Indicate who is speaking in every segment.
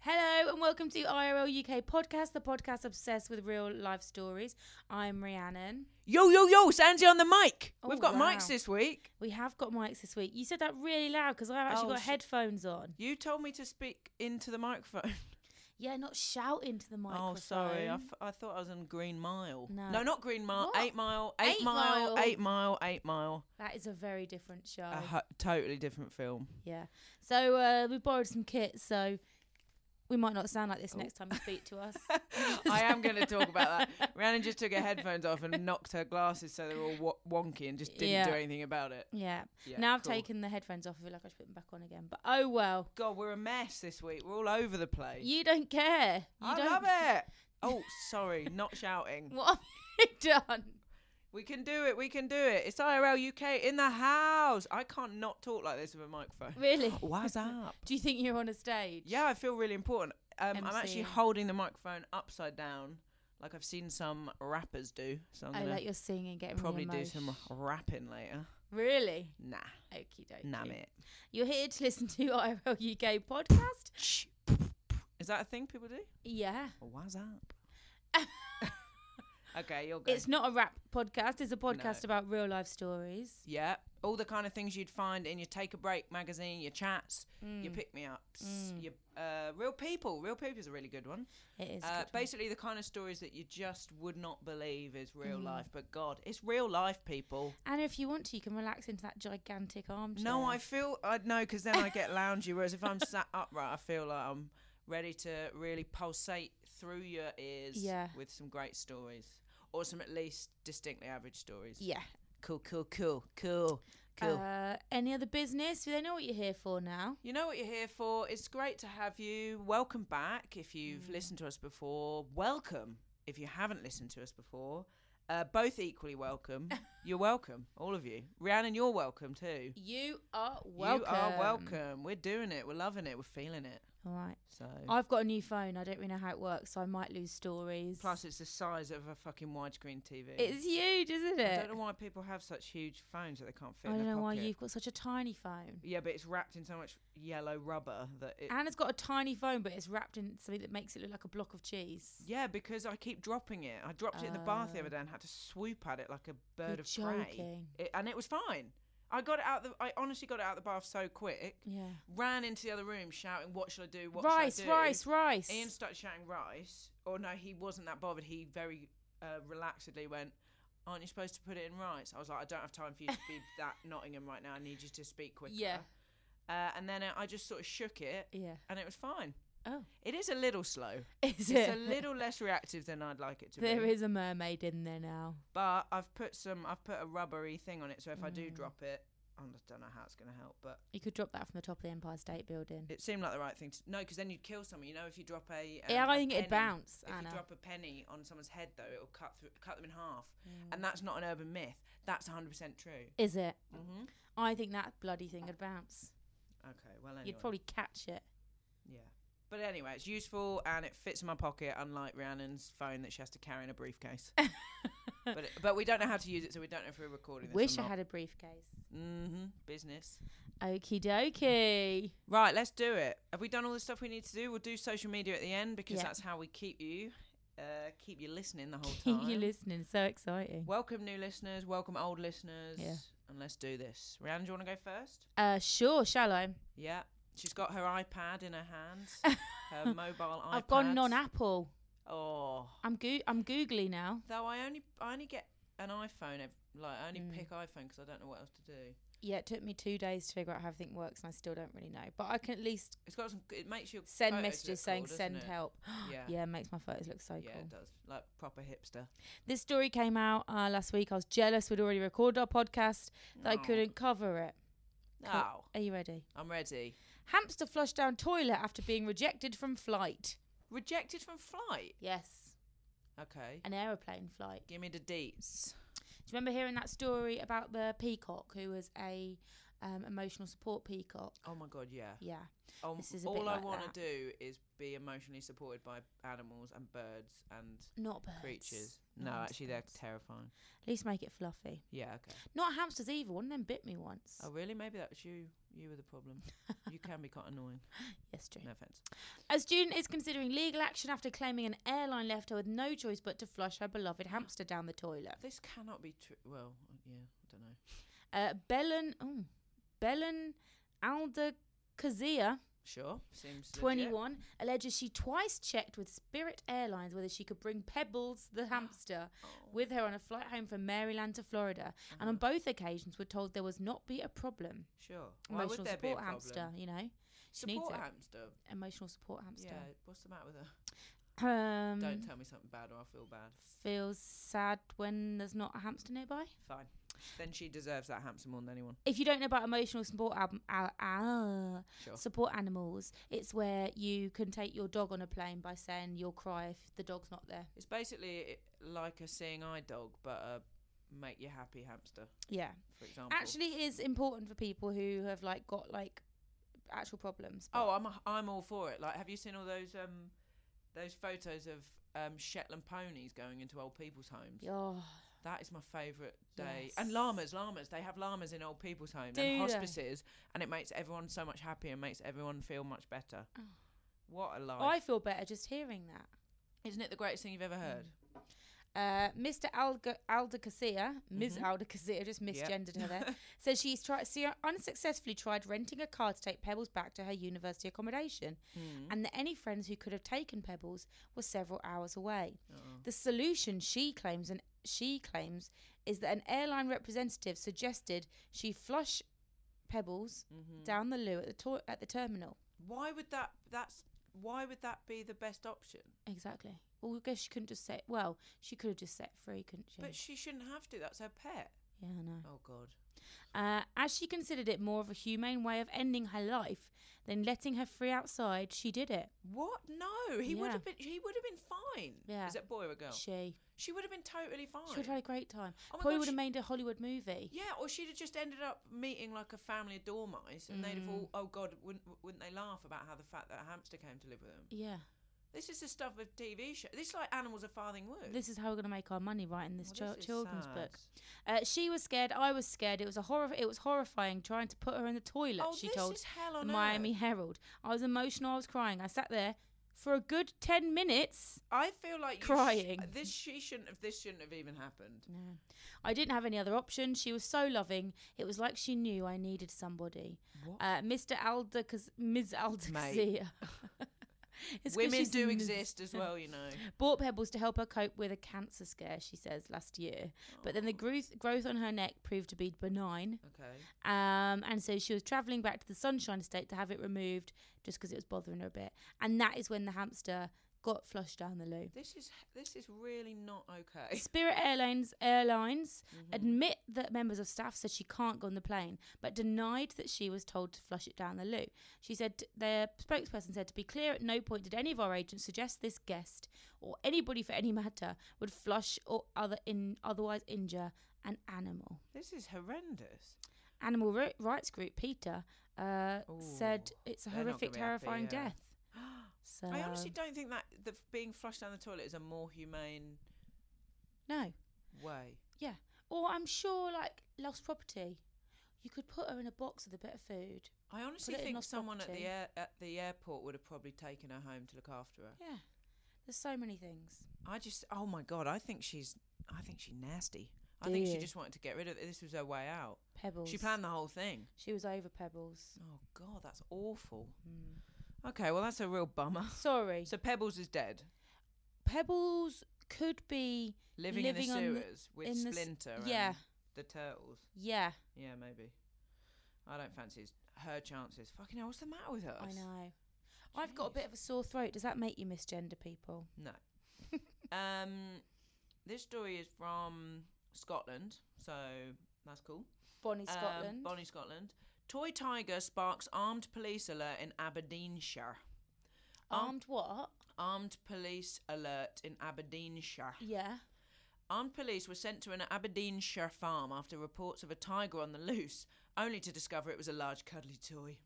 Speaker 1: Hello and welcome to IRL UK podcast, the podcast obsessed with real life stories. I'm Rhiannon.
Speaker 2: Yo, yo, yo, it's Andy on the mic. We've
Speaker 1: Oh,
Speaker 2: got
Speaker 1: wow.
Speaker 2: mics this week.
Speaker 1: We have got mics this week. You said that really loud because I've actually
Speaker 2: Oh,
Speaker 1: got
Speaker 2: sh-
Speaker 1: headphones on.
Speaker 2: You told me to speak into the microphone.
Speaker 1: Yeah, not shout into the microphone.
Speaker 2: Oh, sorry. I, f- I thought I was on Green Mile.
Speaker 1: No.
Speaker 2: not Green Mile.
Speaker 1: What?
Speaker 2: Eight Mile. Eight,
Speaker 1: Eight
Speaker 2: mile,
Speaker 1: Mile.
Speaker 2: Eight Mile. Eight Mile.
Speaker 1: that is a very different show.
Speaker 2: A hu- totally different film.
Speaker 1: Yeah. So uh, we borrowed some kits, so we might not sound like this next time you speak to us.
Speaker 2: I am going to talk about that. Rhiannon just took her headphones off and knocked her glasses so they were all wo- wonky and just didn't
Speaker 1: Yeah.
Speaker 2: do anything about it.
Speaker 1: Yeah.
Speaker 2: Yeah,
Speaker 1: now I've
Speaker 2: cool.
Speaker 1: taken the headphones off. I feel like I should put them back on again. But oh well.
Speaker 2: God, we're a mess this week. We're all over the place.
Speaker 1: You don't care. You
Speaker 2: I
Speaker 1: don't
Speaker 2: love it. Oh, sorry, not shouting.
Speaker 1: What have you done?
Speaker 2: We can do it. We can do it. It's IRL UK in the house. I can't not talk like this with a microphone.
Speaker 1: Really?
Speaker 2: What's up?
Speaker 1: Do you think you're on a stage?
Speaker 2: Yeah, I feel really important. Um, I'm actually
Speaker 1: MCing.
Speaker 2: holding the microphone upside down, like I've seen some rappers do. So I'm
Speaker 1: I
Speaker 2: gonna
Speaker 1: like your singing getting
Speaker 2: probably
Speaker 1: really
Speaker 2: do some
Speaker 1: emotion-
Speaker 2: rapping later.
Speaker 1: Really?
Speaker 2: Nah,
Speaker 1: Okie dokie.
Speaker 2: nah, mate.
Speaker 1: You're here to listen to IRL UK podcast?
Speaker 2: Is that a thing people do?
Speaker 1: Yeah.
Speaker 2: What's up? okay, you're good.
Speaker 1: It's not a rap podcast, it's a podcast about real life stories.
Speaker 2: Yeah. All the kind of things you'd find in your Take a Break magazine, your chats,
Speaker 1: Mm.
Speaker 2: your pick me ups, your uh, real people. Real people is a really good one.
Speaker 1: It is. a
Speaker 2: Uh,
Speaker 1: good one.
Speaker 2: basically, the kind of stories that you just would not believe is
Speaker 1: Mm.
Speaker 2: real life. But God, it's real life, people.
Speaker 1: And if you want to, you can relax into that gigantic armchair.
Speaker 2: No, I feel I no, because then I get loungy. Whereas if I'm sat upright, I feel like I'm ready to really pulsate through your ears
Speaker 1: Yeah.
Speaker 2: with some great stories, or some at least distinctly average stories.
Speaker 1: Yeah.
Speaker 2: Cool, cool, cool, cool, cool.
Speaker 1: Uh, any other business? They know what you're here for now.
Speaker 2: You know what you're here for. It's great to have you. Welcome back if
Speaker 1: Mm.
Speaker 2: you've listened to us before. Welcome if you haven't listened to us before. Uh, both equally welcome. you're welcome, all of you. Rhiannon, you're welcome too.
Speaker 1: You are welcome.
Speaker 2: You are welcome. We're doing it. We're loving it. We're feeling it.
Speaker 1: All right.
Speaker 2: So
Speaker 1: I've got a new phone. I don't really know how it works, so I might lose stories.
Speaker 2: plus, it's the size of a fucking widescreen TV.
Speaker 1: it's huge, isn't
Speaker 2: I
Speaker 1: it?
Speaker 2: don't know why people have such huge phones that they can't fit.
Speaker 1: I
Speaker 2: in
Speaker 1: don't
Speaker 2: their
Speaker 1: know why
Speaker 2: pocket.
Speaker 1: you've got such a tiny phone.
Speaker 2: Yeah, but it's wrapped in so much yellow rubber that it.
Speaker 1: Anna's got a tiny phone, but it's wrapped in something that makes it look like a block of cheese.
Speaker 2: Yeah, because I keep dropping it. I dropped it in the bath the other day and had to swoop at it like a bird
Speaker 1: Oh. You're
Speaker 2: of prey.
Speaker 1: joking.
Speaker 2: It, and it was fine. I got it out the. I honestly got it out the bath so quick.
Speaker 1: Yeah.
Speaker 2: Ran into the other room shouting, "What should I do? What
Speaker 1: rice,
Speaker 2: should I do?"
Speaker 1: rice, rice.
Speaker 2: Ian started shouting rice. Or no, he wasn't that bothered. He very uh, relaxedly went, "Aren't you supposed to put it in rice?" I was like, "I don't have time for you to be that Nottingham right now. I need you to speak quicker."
Speaker 1: Yeah.
Speaker 2: Uh, and then I just sort of shook it,
Speaker 1: Yeah.
Speaker 2: and it was fine.
Speaker 1: Oh,
Speaker 2: It is a little slow.
Speaker 1: is
Speaker 2: It's
Speaker 1: it?
Speaker 2: a little less reactive than I'd like it to
Speaker 1: There
Speaker 2: be.
Speaker 1: is a mermaid in there now.
Speaker 2: But I've put some. I've put a rubbery thing on it, so if I
Speaker 1: Mm.
Speaker 2: do drop it, I don't know how it's going to help. But
Speaker 1: You could drop that from the top of the Empire State Building.
Speaker 2: it seemed like the right thing to no, because then you'd kill someone. You know, if you drop a um,
Speaker 1: Yeah, I
Speaker 2: a
Speaker 1: think it'd
Speaker 2: penny-
Speaker 1: bounce,
Speaker 2: If
Speaker 1: Anna.
Speaker 2: you drop a penny on someone's head, though, it'll cut through, cut them in half,
Speaker 1: Mm.
Speaker 2: and that's not an urban myth. That's 100 percent true.
Speaker 1: Is it?
Speaker 2: Mm-hmm.
Speaker 1: I think that bloody thing would bounce.
Speaker 2: Okay, well, anyway.
Speaker 1: You'd probably catch it.
Speaker 2: yeah. But anyway, it's useful and it fits in my pocket, unlike Rhiannon's phone that she has to carry in a briefcase. but it, but we don't know how to use it, so we don't know if we're recording this.
Speaker 1: Wish I had a briefcase.
Speaker 2: Mm-hmm. Business.
Speaker 1: Okie dokie.
Speaker 2: Right, let's do it. Have we done all the stuff we need to do? We'll do social media at the end because
Speaker 1: Yeah.
Speaker 2: that's how we keep you, uh, keep you listening the whole
Speaker 1: Keep
Speaker 2: time.
Speaker 1: you listening. So exciting.
Speaker 2: welcome new listeners, welcome old listeners,
Speaker 1: Yeah.
Speaker 2: and let's do this. Rhiannon, do you want to go first?
Speaker 1: Uh, sure, shall I?
Speaker 2: Yeah, she's got her iPad in her hand, her mobile iPad.
Speaker 1: I've gone non-Apple.
Speaker 2: Oh,
Speaker 1: I'm goo- I'm googly now.
Speaker 2: though I only I only get an iPhone. ev- Like I
Speaker 1: Mm.
Speaker 2: only pick iPhone because I don't know what else to do.
Speaker 1: Yeah, it took me two days to figure out how everything works, and I still don't really know. But I can at least
Speaker 2: It's got some. It makes your
Speaker 1: send
Speaker 2: photos
Speaker 1: messages
Speaker 2: look
Speaker 1: saying
Speaker 2: cool, doesn't
Speaker 1: send
Speaker 2: it?
Speaker 1: help.
Speaker 2: Yeah.
Speaker 1: yeah, it makes my photos look so
Speaker 2: yeah,
Speaker 1: cool.
Speaker 2: it does. Like proper hipster.
Speaker 1: This story came out uh, last week. I was jealous we'd already recorded our podcast that I
Speaker 2: Aw.
Speaker 1: couldn't cover it.
Speaker 2: Oh,
Speaker 1: Are you ready?
Speaker 2: I'm ready.
Speaker 1: Hamster flushed down toilet after being rejected from flight.
Speaker 2: Rejected from flight.
Speaker 1: Yes,
Speaker 2: Okay.
Speaker 1: an aeroplane flight.
Speaker 2: Give me the deets.
Speaker 1: Do you remember hearing that story about the peacock who was a um, emotional support peacock?
Speaker 2: Oh my god, yeah.
Speaker 1: Yeah.
Speaker 2: Um,
Speaker 1: This is a
Speaker 2: all
Speaker 1: bit
Speaker 2: I
Speaker 1: like
Speaker 2: want
Speaker 1: that.
Speaker 2: to do is be emotionally supported by animals and birds and
Speaker 1: Not birds.
Speaker 2: creatures.
Speaker 1: Not
Speaker 2: No,
Speaker 1: hamster
Speaker 2: actually, they're
Speaker 1: birds.
Speaker 2: terrifying.
Speaker 1: At least make it fluffy.
Speaker 2: Yeah, okay.
Speaker 1: Not hamsters either. One of them bit me once.
Speaker 2: Oh, really? Maybe that was you. You were the problem. you can be quite annoying.
Speaker 1: yes, true.
Speaker 2: No offense.
Speaker 1: A student is considering legal action after claiming an airline left her with no choice but to flush her beloved hamster down the toilet.
Speaker 2: This cannot be true. Well, yeah, I don't know.
Speaker 1: Uh, Belen, oh, Belen Aldacazia,
Speaker 2: Sure. Seems legit.
Speaker 1: 21, alleges she twice checked with Spirit Airlines whether she could bring Pebbles the hamster
Speaker 2: Oh.
Speaker 1: with her on a flight home from Maryland to Florida, and on both occasions were told there was not be a problem.
Speaker 2: Sure. Why would
Speaker 1: Emotional
Speaker 2: there be a
Speaker 1: support
Speaker 2: problem?
Speaker 1: hamster, you know, she needs
Speaker 2: Support
Speaker 1: it.
Speaker 2: hamster.
Speaker 1: Emotional support hamster.
Speaker 2: Yeah. What's the matter with her?
Speaker 1: Um,
Speaker 2: don't tell me something bad or I feel bad.
Speaker 1: feels sad when there's not a hamster nearby.
Speaker 2: Fine. Then she deserves that hamster more than anyone.
Speaker 1: If you don't know about emotional support album, uh, uh,
Speaker 2: Sure.
Speaker 1: support animals, it's where you can take your dog on a plane by saying you'll cry if the dog's not there.
Speaker 2: It's basically i- like a seeing eye dog, but a make you happy hamster,
Speaker 1: Yeah,
Speaker 2: for example.
Speaker 1: actually, it is important for people who have like got like actual problems. but-
Speaker 2: oh, I'm a, I'm all for it. Like, have you seen all those um those photos of um Shetland ponies going into old people's homes?
Speaker 1: oh,
Speaker 2: That is my favourite day.
Speaker 1: Yes.
Speaker 2: And llamas, llamas. They have llamas in old people's homes
Speaker 1: Do they?
Speaker 2: and hospices, and it makes everyone so much happier and makes everyone feel much better. What a life!
Speaker 1: Oh. I feel better just hearing that.
Speaker 2: Isn't it the greatest thing you've
Speaker 1: Mm.
Speaker 2: ever heard?
Speaker 1: Uh, Mr. Alga- Aldacasia, Ms. Aldacasia, just
Speaker 2: Mm-hmm. Yep.
Speaker 1: misgendered her there, says she's tried, she unsuccessfully tried renting a car to take Pebbles back to her university accommodation,
Speaker 2: Mm.
Speaker 1: and that any friends who could have taken Pebbles were several hours away.
Speaker 2: Oh.
Speaker 1: The solution she claims and she claims is that an airline representative suggested she flush Pebbles
Speaker 2: Mm-hmm.
Speaker 1: down the loo at the to- at the terminal.
Speaker 2: Why would that? That's why would that be the best option?
Speaker 1: Exactly. Well, I guess she couldn't just set. Well, she could have just set free, couldn't she?
Speaker 2: But she shouldn't have to. That's her pet.
Speaker 1: yeah, I know.
Speaker 2: Oh God.
Speaker 1: Uh, as she considered it more of a humane way of ending her life than letting her free outside, she did it.
Speaker 2: What? No, he would
Speaker 1: Yeah.
Speaker 2: have been. He would have been fine.
Speaker 1: Yeah.
Speaker 2: Is it boy or girl? She,
Speaker 1: She.
Speaker 2: would have been totally fine.
Speaker 1: She would have had a great time.
Speaker 2: Oh my
Speaker 1: Probably
Speaker 2: God,
Speaker 1: would have
Speaker 2: she-
Speaker 1: made a Hollywood movie.
Speaker 2: yeah, or she'd have just ended up meeting like a family of dormice, and they'd have
Speaker 1: Mm.
Speaker 2: all. Oh God, wouldn't wouldn't they laugh about how the fact that a hamster came to live with them?
Speaker 1: Yeah.
Speaker 2: This is the stuff of TV show. This is like animals of Farthing Wood.
Speaker 1: This is how we're going to make our money writing this,
Speaker 2: Oh. Well,
Speaker 1: chil-
Speaker 2: this is
Speaker 1: children's
Speaker 2: sad.
Speaker 1: book. Uh, she was scared. I was scared. It was a horror. It was horrifying trying to put her in the toilet.
Speaker 2: Oh,
Speaker 1: she
Speaker 2: this
Speaker 1: told
Speaker 2: is hell
Speaker 1: the
Speaker 2: on
Speaker 1: Miami
Speaker 2: earth.
Speaker 1: Herald. I was emotional. I was crying. I sat there for a good ten minutes.
Speaker 2: I feel like you sh-
Speaker 1: Crying.
Speaker 2: this she shouldn't have. This shouldn't have even happened.
Speaker 1: I didn't have any other option. She was so loving. It was like she knew I needed somebody. Uh, Mr. Alda, Ms. Alda,
Speaker 2: Women do exist as well, you know.
Speaker 1: Bought pebbles to help her cope with a cancer scare, she says, last year. But then the growth, growth on her neck proved to be benign.
Speaker 2: Okay.
Speaker 1: Um, and so she was travelling back to the Sunshine State to have it removed just because it was bothering her a bit. And that is when the hamster got flushed down the loo.
Speaker 2: This is this is really not okay.
Speaker 1: Spirit Airlines Airlines
Speaker 2: Mm-hmm.
Speaker 1: admit that members of staff said she can't go on the plane, but denied that she was told to flush it down the loo. She said their spokesperson said to be clear, at no point did any of our agents suggest this guest or anybody for any matter would flush or other in otherwise injure an animal.
Speaker 2: This is horrendous.
Speaker 1: Animal ri- rights group Peter uh, said
Speaker 2: Ooh,
Speaker 1: it's a
Speaker 2: they're not
Speaker 1: horrific,
Speaker 2: gonna be happy,
Speaker 1: terrifying
Speaker 2: yeah.
Speaker 1: death. So
Speaker 2: I honestly don't think that the f- being flushed down the toilet is a more humane
Speaker 1: no,
Speaker 2: way.
Speaker 1: yeah. Or I'm sure like lost property. You could put her in a box with a bit of food.
Speaker 2: I honestly
Speaker 1: it in
Speaker 2: think
Speaker 1: lost
Speaker 2: someone at
Speaker 1: property.
Speaker 2: the air, at the airport would have probably taken her home to look after her.
Speaker 1: Yeah. There's so many things.
Speaker 2: I just, oh my god, I think she's, I think she's nasty. I
Speaker 1: Do
Speaker 2: think
Speaker 1: you?
Speaker 2: she just wanted to get rid of it. This was her way out.
Speaker 1: Pebbles.
Speaker 2: She planned the whole thing.
Speaker 1: She was over Pebbles.
Speaker 2: Oh god, that's awful.
Speaker 1: Hmm.
Speaker 2: Okay, well that's a real bummer.
Speaker 1: Sorry.
Speaker 2: So Pebbles is dead,
Speaker 1: Pebbles could be
Speaker 2: living, in the
Speaker 1: on
Speaker 2: sewers with
Speaker 1: in the s-
Speaker 2: Splinter.
Speaker 1: yeah.
Speaker 2: and the turtles.
Speaker 1: Yeah.
Speaker 2: Yeah, maybe. I don't fancy his- her chances. Fucking hell, what's the matter with us?
Speaker 1: I know. I've got a bit of a sore throat. Does that make you misgender people?
Speaker 2: No. um, this story is from Scotland, so that's cool.
Speaker 1: Bonnie
Speaker 2: Um,
Speaker 1: Scotland.
Speaker 2: Bonnie Scotland. Toy tiger sparks armed police alert in Aberdeenshire.
Speaker 1: Armed
Speaker 2: Oh.
Speaker 1: what?
Speaker 2: Armed police alert in Aberdeenshire.
Speaker 1: Yeah.
Speaker 2: Armed police were sent to an Aberdeenshire farm after reports of a tiger on the loose, only to discover it was a large cuddly toy.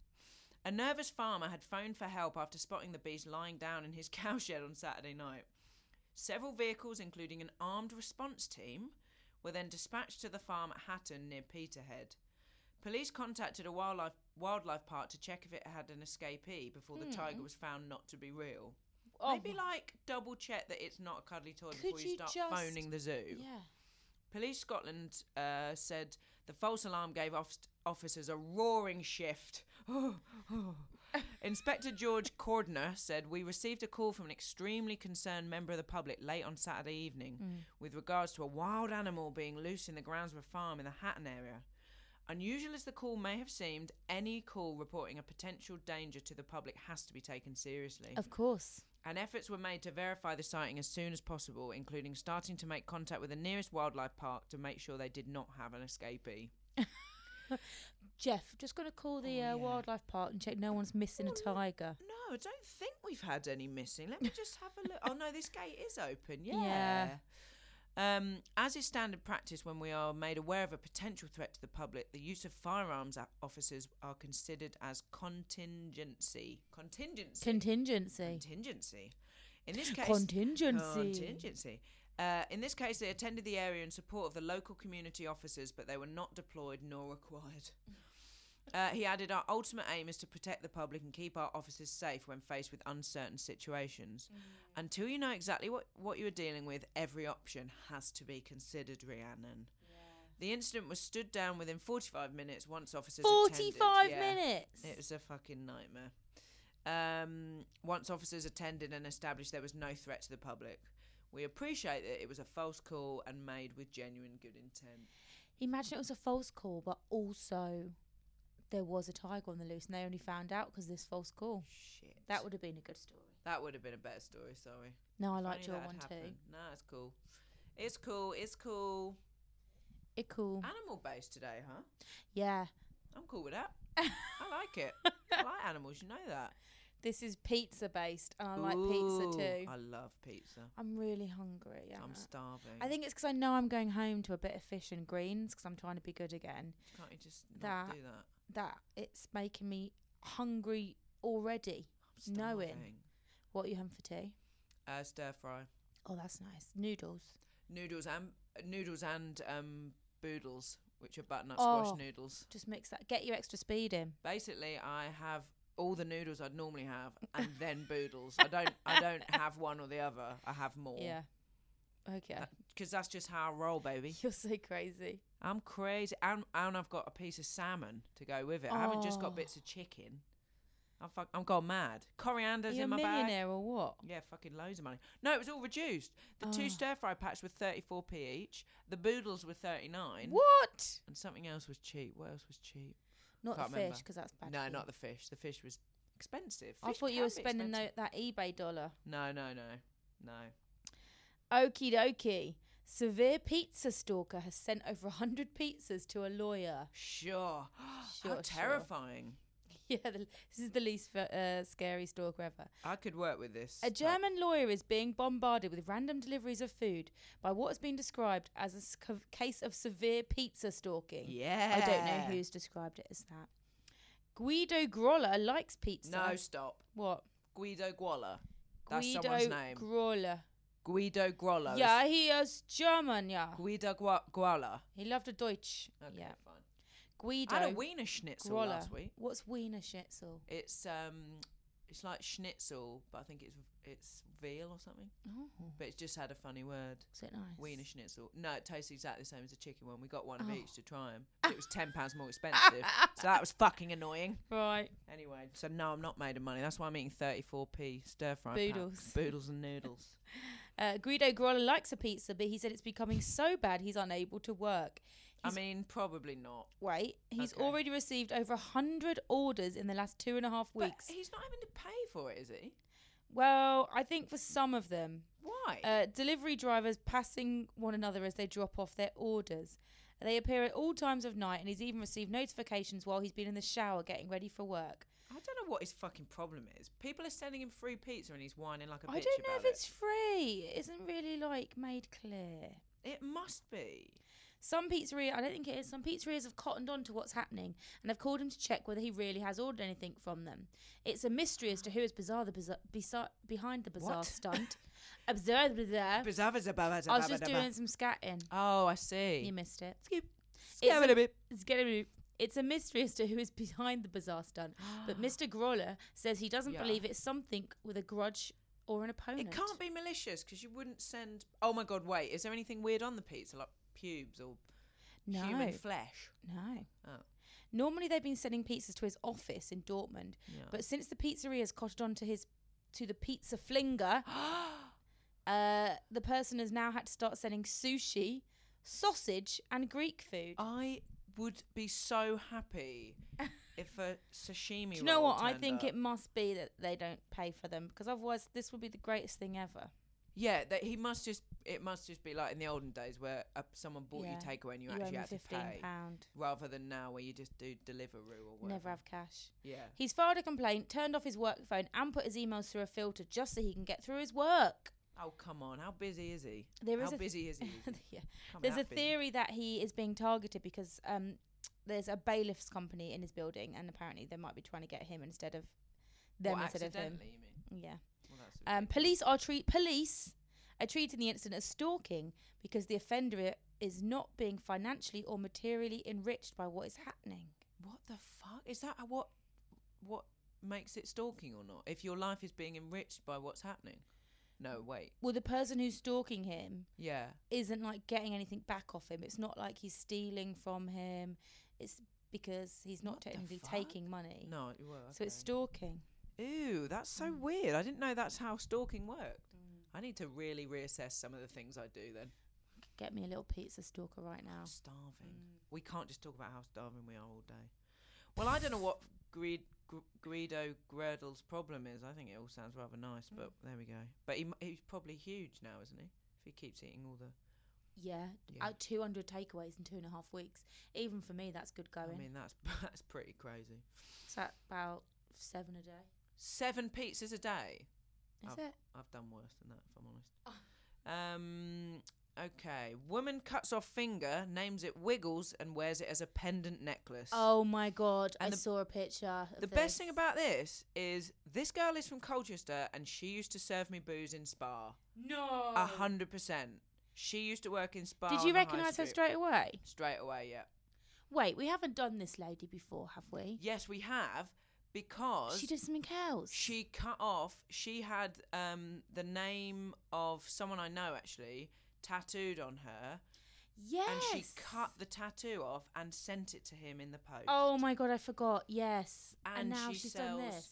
Speaker 2: A nervous farmer had phoned for help after spotting the beast lying down in his cowshed on Saturday night. Several vehicles, including an armed response team, were then dispatched to the farm at Hatton near Peterhead. Police contacted a wildlife, wildlife park to check if it had an escapee before the tiger was found not to be real.
Speaker 1: Oh
Speaker 2: Maybe
Speaker 1: my-
Speaker 2: like double check that it's not a cuddly toy
Speaker 1: Could
Speaker 2: before you,
Speaker 1: you
Speaker 2: start
Speaker 1: just-
Speaker 2: phoning the zoo.
Speaker 1: Yeah.
Speaker 2: Police Scotland uh, said the false alarm gave off- officers a roaring shift. Inspector George Cordner said, We received a call from an extremely concerned member of the public late on Saturday evening
Speaker 1: Mm.
Speaker 2: with regards to a wild animal being loose in the grounds of a farm in the Hatton area. Unusual as the call may have seemed, any call reporting a potential danger to the public has to be taken seriously
Speaker 1: Of course.
Speaker 2: and efforts were made to verify the sighting as soon as possible, including starting to make contact with the nearest wildlife park to make sure they did not have an escapee.
Speaker 1: Jeff, just going to call the uh, wildlife park and check no one's missing a tiger.
Speaker 2: Oh, No, I don't think we've had any missing. Let me just have a look. Oh no, this gate is open. Yeah.
Speaker 1: Yeah.
Speaker 2: Um, as is standard practice, when we are made aware of a potential threat to the public, the use of firearms a- officers are considered as contingency. Contingency.
Speaker 1: Contingency.
Speaker 2: Contingency. In this case,
Speaker 1: Contingency.
Speaker 2: Contingency. Uh, in this case, they attended the area in support of the local community officers, but they were not deployed nor required. Uh, he added, "Our ultimate aim is to protect the public and keep our officers safe when faced with uncertain situations. Until you know exactly what what you are dealing with, every option has to be considered." Rhiannon. The incident was stood down within 45 minutes once officers attended.
Speaker 1: 45
Speaker 2: Yeah.
Speaker 1: minutes?
Speaker 2: It was a fucking nightmare. Um, once officers attended and established there was no threat to the public, we appreciate that it was a false call and made with genuine good intent.
Speaker 1: Imagine it was a false call, but also there was a tiger on the loose and they only found out because this false call.
Speaker 2: Shit.
Speaker 1: That would have been a good story.
Speaker 2: that would have been a better story. Sorry.
Speaker 1: No, I
Speaker 2: If
Speaker 1: liked
Speaker 2: only
Speaker 1: your
Speaker 2: that
Speaker 1: one
Speaker 2: had
Speaker 1: too.
Speaker 2: happened. No, it's cool. It's cool. It's cool.
Speaker 1: It cool.
Speaker 2: Animal based today, huh?
Speaker 1: Yeah.
Speaker 2: I'm cool with that. I like it. I like animals. You know that.
Speaker 1: This is pizza based and I like pizza
Speaker 2: Ooh,
Speaker 1: too.
Speaker 2: I love pizza.
Speaker 1: I'm really hungry. Yeah.
Speaker 2: I'm starving.
Speaker 1: I think it's because I know I'm going home to a bit of fish and greens because I'm trying to be good again.
Speaker 2: can't you just not
Speaker 1: that
Speaker 2: do that?
Speaker 1: That it's making me hungry already.
Speaker 2: I'm
Speaker 1: Knowing
Speaker 2: starving.
Speaker 1: what are you having for tea.
Speaker 2: Uh, stir fry.
Speaker 1: Oh, that's nice. Noodles.
Speaker 2: noodles and noodles and um, boodles, which are butternut
Speaker 1: Oh.
Speaker 2: squash noodles.
Speaker 1: Just mix that. Get your extra speed in.
Speaker 2: Basically, I have all the noodles I'd normally have, and then boodles. I don't, I don't have one or the other. I have more.
Speaker 1: Yeah. Okay.
Speaker 2: because that's just how I roll, baby.
Speaker 1: You're so crazy.
Speaker 2: I'm crazy, and and I've got a piece of salmon to go with it. I haven't just
Speaker 1: Oh.
Speaker 2: got bits of chicken. I'm fuck, I'm gone mad. Coriander's
Speaker 1: You're a
Speaker 2: in my bag.
Speaker 1: millionaire or what?
Speaker 2: Yeah, fucking loads of money. No, it was all reduced. The
Speaker 1: Oh.
Speaker 2: two stir fry packs were 34p each. The boodles were 39.
Speaker 1: What?
Speaker 2: And something else was cheap. What else was cheap?
Speaker 1: Not
Speaker 2: Can't
Speaker 1: the fish
Speaker 2: remember.
Speaker 1: because that's bad.
Speaker 2: No,
Speaker 1: for you.
Speaker 2: not the fish. The fish was expensive.
Speaker 1: I
Speaker 2: Fish
Speaker 1: thought you
Speaker 2: can
Speaker 1: were
Speaker 2: be
Speaker 1: spending tho-
Speaker 2: expensive.
Speaker 1: that eBay dollar.
Speaker 2: No, no, no, no.
Speaker 1: Okie dokie. Severe pizza stalker has sent over 100 pizzas to a lawyer.
Speaker 2: Sure.
Speaker 1: Sure,
Speaker 2: How
Speaker 1: sure.
Speaker 2: terrifying.
Speaker 1: Yeah, the, this is the least fa- uh, scary stalker ever.
Speaker 2: I could work with this.
Speaker 1: A
Speaker 2: type-
Speaker 1: German lawyer is being bombarded with random deliveries of food by what has been described as a s- co- case of severe pizza stalking. I don't
Speaker 2: Yeah.
Speaker 1: know who's described it as that. Guido Groller likes pizza.
Speaker 2: No, stop.
Speaker 1: What?
Speaker 2: Guido Guola. That's
Speaker 1: Guido
Speaker 2: someone's name.
Speaker 1: Groller.
Speaker 2: Guido Grollo.
Speaker 1: Yeah, he is German, yeah.
Speaker 2: Guido Gua- Guala.
Speaker 1: He loved the Deutsch.
Speaker 2: Okay,
Speaker 1: yeah.
Speaker 2: fine.
Speaker 1: Guido.
Speaker 2: I had a Wiener Schnitzel
Speaker 1: Groller.
Speaker 2: last week.
Speaker 1: What's Wiener Schnitzel?
Speaker 2: It's um, it's like Schnitzel, but I think it's it's veal or something.
Speaker 1: Oh,
Speaker 2: But it's just had a funny word.
Speaker 1: is it nice?
Speaker 2: Wiener Schnitzel. No, it tastes exactly the same as the chicken one. We got one of
Speaker 1: Oh.
Speaker 2: each to try 'em, but It was ten pounds more expensive, so that was fucking annoying.
Speaker 1: Right.
Speaker 2: Anyway, so no, I'm not made of money. That's why I'm eating 34p stir fry pack.
Speaker 1: Boodles.
Speaker 2: boodles and noodles.
Speaker 1: Uh, Guido Groller likes a pizza, but he said it's becoming so bad he's unable to work.
Speaker 2: I
Speaker 1: He's-
Speaker 2: mean, probably not.
Speaker 1: Wait, he's
Speaker 2: Okay.
Speaker 1: already received over a 100 orders in the last two and a half weeks.
Speaker 2: But he's not having to pay for it, is he?
Speaker 1: well, I think for some of them,
Speaker 2: Why?
Speaker 1: Uh, delivery drivers passing one another as they drop off their orders. They appear at all times of night, and he's even received notifications while he's been in the shower getting ready for work.
Speaker 2: I don't know what his fucking problem is. People are sending him free pizza and he's whining like a bitch
Speaker 1: I don't know
Speaker 2: about
Speaker 1: if it's free. It isn't really like made clear.
Speaker 2: it. It must be.
Speaker 1: Some pizzeria, I don't think it is. Some pizzerias have cottoned on to what's happening and have called him to check whether he really has ordered anything from them. It's a mystery as to who is bizarre the bizarre, bizarre behind the bizarre
Speaker 2: What?
Speaker 1: stunt. Observe bizarre. Uh, I was just doing some scatting.
Speaker 2: Oh, I see.
Speaker 1: You missed it.
Speaker 2: Skip.
Speaker 1: It's
Speaker 2: Skip a bit.
Speaker 1: It's gonna be. It's a mystery as to who is behind the bizarre stunt, but Mr. Groller says he doesn't
Speaker 2: Yeah.
Speaker 1: believe it's something with a grudge or an opponent.
Speaker 2: It can't be malicious because you wouldn't send. Oh my god! Wait, is there anything weird on the pizza, like pubes or
Speaker 1: no,
Speaker 2: human flesh?
Speaker 1: no.
Speaker 2: Oh.
Speaker 1: Normally they've been sending pizzas to his office in Dortmund, but since the pizzeria has cotted on to his to the pizza flinger, uh, the person has now had to start sending sushi, sausage, and Greek food.
Speaker 2: I would be so happy if a sashimi.
Speaker 1: Do you know
Speaker 2: roll
Speaker 1: what? I
Speaker 2: turned
Speaker 1: think
Speaker 2: up.
Speaker 1: it must be that they don't pay for them because otherwise this would be the greatest thing ever.
Speaker 2: Yeah, that he must just. It must just be like in the olden days where uh, someone bought you takeaway and you,
Speaker 1: You owe
Speaker 2: actually
Speaker 1: me
Speaker 2: had to pay,
Speaker 1: pound.
Speaker 2: rather than now where you just do Deliveroo or whatever.
Speaker 1: Never have cash.
Speaker 2: Yeah.
Speaker 1: He's filed a complaint, turned off his work phone, and put his emails through a filter just so he can get through his work.
Speaker 2: Oh come on! How busy is he?
Speaker 1: There is
Speaker 2: how
Speaker 1: a th-
Speaker 2: busy is he?
Speaker 1: yeah.
Speaker 2: Can't be
Speaker 1: There's a
Speaker 2: that busy.
Speaker 1: theory that he is being targeted because um, there's a bailiffs company in his building, and apparently they might be trying to get him instead of them
Speaker 2: What,
Speaker 1: instead of him.
Speaker 2: accidentally, you mean?
Speaker 1: Yeah.
Speaker 2: Well, that's
Speaker 1: Um,
Speaker 2: ridiculous.
Speaker 1: police are treat police are treating the incident as stalking because the offender i- is not being financially or materially enriched by what is happening.
Speaker 2: What the fuck is that? What what makes it stalking or not? If your life is being enriched by what's happening. No, wait.
Speaker 1: Well, the person who's stalking him
Speaker 2: Yeah.
Speaker 1: isn't like getting anything back off him. It's not like he's stealing from him. It's because he's not
Speaker 2: What the
Speaker 1: technically
Speaker 2: fuck?
Speaker 1: taking money.
Speaker 2: No. Well,
Speaker 1: So it's Mm.
Speaker 2: okay.
Speaker 1: stalking.
Speaker 2: Ew, that's so weird. I didn't know that's how stalking worked.
Speaker 1: Mm.
Speaker 2: I need to really reassess some of the things I do then.
Speaker 1: Get me a little pizza stalker right now.
Speaker 2: I'm starving.
Speaker 1: Mm.
Speaker 2: We can't just talk about how starving we are all day. Well, I don't know what greed, gr- Greedo Gredle's problem is. I think it all sounds rather nice, but
Speaker 1: Mm.
Speaker 2: there we go. But he, mu- he's probably huge now, isn't he? If he keeps eating all the.
Speaker 1: Yeah,
Speaker 2: Yeah.
Speaker 1: out 200 takeaways in Uh, two and a half weeks. Even for me, that's good going.
Speaker 2: I mean, that's that's pretty crazy.
Speaker 1: it's at about seven a day.
Speaker 2: Seven pizzas a day.
Speaker 1: Is
Speaker 2: I've,
Speaker 1: it?
Speaker 2: I've done worse than that, if I'm honest. Um. Okay. Woman cuts off finger, names it Wiggles, and wears it as a pendant necklace.
Speaker 1: Oh my god! I
Speaker 2: And the-
Speaker 1: saw a picture. Of
Speaker 2: The best thing about this is this girl is from Colchester and she used to serve me booze in Spa.
Speaker 1: no.
Speaker 2: A hundred percent. She used to work in Spa.
Speaker 1: Oh. Did
Speaker 2: on
Speaker 1: you
Speaker 2: the high
Speaker 1: recognise her
Speaker 2: street.
Speaker 1: straight away?
Speaker 2: Straight away, yeah.
Speaker 1: Wait, we haven't done this lady before, have we?
Speaker 2: Yes, we have because
Speaker 1: She did something else.
Speaker 2: She cut off. She had um, the name of someone I know actually tattooed on her,
Speaker 1: yes.
Speaker 2: and she cut the tattoo off and sent it to him in the post.
Speaker 1: Oh my god, I forgot. Yes. And,
Speaker 2: And
Speaker 1: now
Speaker 2: she
Speaker 1: she's done
Speaker 2: sells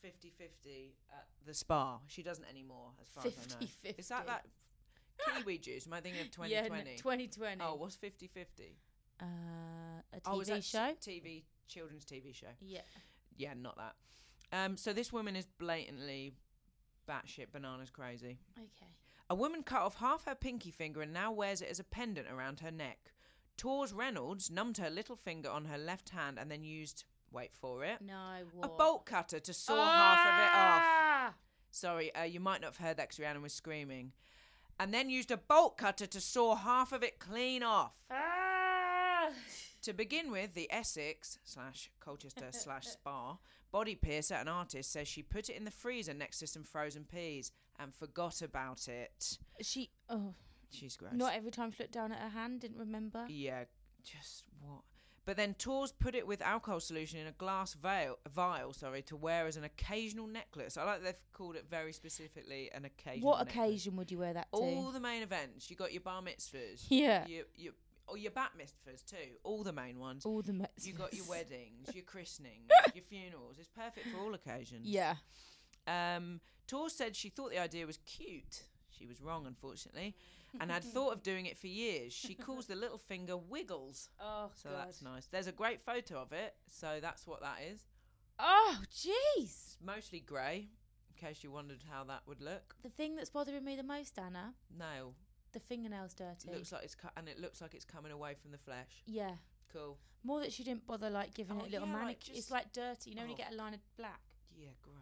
Speaker 1: this.
Speaker 2: 50-50 at the spa. She doesn't anymore, as far as I know. Is
Speaker 1: 50-50.
Speaker 2: that that kiwi juice? Am I thinking of twenty
Speaker 1: Yeah,
Speaker 2: twenty?
Speaker 1: no, 2020.
Speaker 2: Oh, what's 50-50?
Speaker 1: Uh, a TV
Speaker 2: oh, was that s-
Speaker 1: show.
Speaker 2: TV children's TV show.
Speaker 1: yeah.
Speaker 2: Yeah, not that. Um, so this woman is blatantly batshit bananas crazy.
Speaker 1: Okay.
Speaker 2: A woman cut off half her pinky finger and now wears it as a pendant around her neck. Tors Reynolds numbed her little finger on her left hand and then used, wait for it,
Speaker 1: No.
Speaker 2: a
Speaker 1: What?
Speaker 2: bolt cutter to saw half of it off.
Speaker 1: Ah!
Speaker 2: Sorry, uh, you might not have heard that 'cause Rihanna was screaming. And then used a bolt cutter to saw half of it clean off.
Speaker 1: Ah!
Speaker 2: To begin with, the Essex slash Colchester slash Spa body piercer and artist says she put it in the freezer next to some frozen peas and forgot about it.
Speaker 1: She. Oh.
Speaker 2: She's gross.
Speaker 1: Not every time she looked down at her hand, didn't remember.
Speaker 2: Yeah, just what? But then Tors put it with alcohol solution in a glass veil, vial, sorry, to wear as an occasional necklace. I like they've called it very specifically an occasional.
Speaker 1: What
Speaker 2: necklace.
Speaker 1: occasion would you wear that to?
Speaker 2: All the main events. You got your bar mitzvahs.
Speaker 1: Yeah.
Speaker 2: Your your or your bat mitzvahs too. All the main ones.
Speaker 1: All the Met-
Speaker 2: you got your weddings, your christenings, your funerals. It's perfect for all occasions.
Speaker 1: Yeah.
Speaker 2: Um, Tor said she thought the idea was cute. She was wrong, unfortunately, and had thought of doing it for years. She calls the little finger Wiggles.
Speaker 1: Oh,
Speaker 2: So that's nice. There's a great photo of it. So that's what that is.
Speaker 1: Oh, jeez.
Speaker 2: It's mostly grey, in case you wondered how that would look.
Speaker 1: The thing that's bothering me the most, Anna,
Speaker 2: Nail.
Speaker 1: the fingernails dirty.
Speaker 2: Looks like it's cut, and it looks like it's coming away from the flesh.
Speaker 1: yeah.
Speaker 2: Cool.
Speaker 1: More that she didn't bother like giving
Speaker 2: Oh,
Speaker 1: it a little
Speaker 2: yeah, like,
Speaker 1: manicure.
Speaker 2: just-
Speaker 1: It's like dirty. You know when you
Speaker 2: Oh.
Speaker 1: get a line of black.
Speaker 2: Yeah, gross.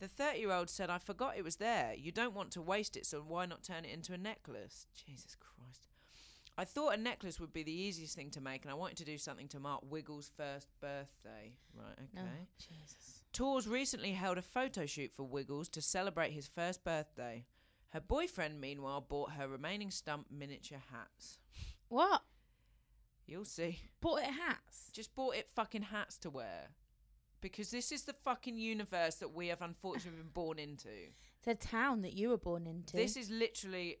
Speaker 2: The 30 year old said, I forgot it was there. You don't want to waste it, so why not turn it into a necklace? Jesus Christ. I thought a necklace would be the easiest thing to make, and I wanted to do something to mark Wiggles' first birthday. Right, okay.
Speaker 1: No, Jesus.
Speaker 2: Tours recently held a photo shoot for Wiggles to celebrate his first birthday. Her boyfriend, meanwhile, bought her remaining stump miniature hats.
Speaker 1: What?
Speaker 2: You'll see.
Speaker 1: Bought it hats.
Speaker 2: Just bought it fucking hats to wear. Because this is the fucking universe that we have unfortunately been born into.
Speaker 1: The town that you were born into.
Speaker 2: This is literally,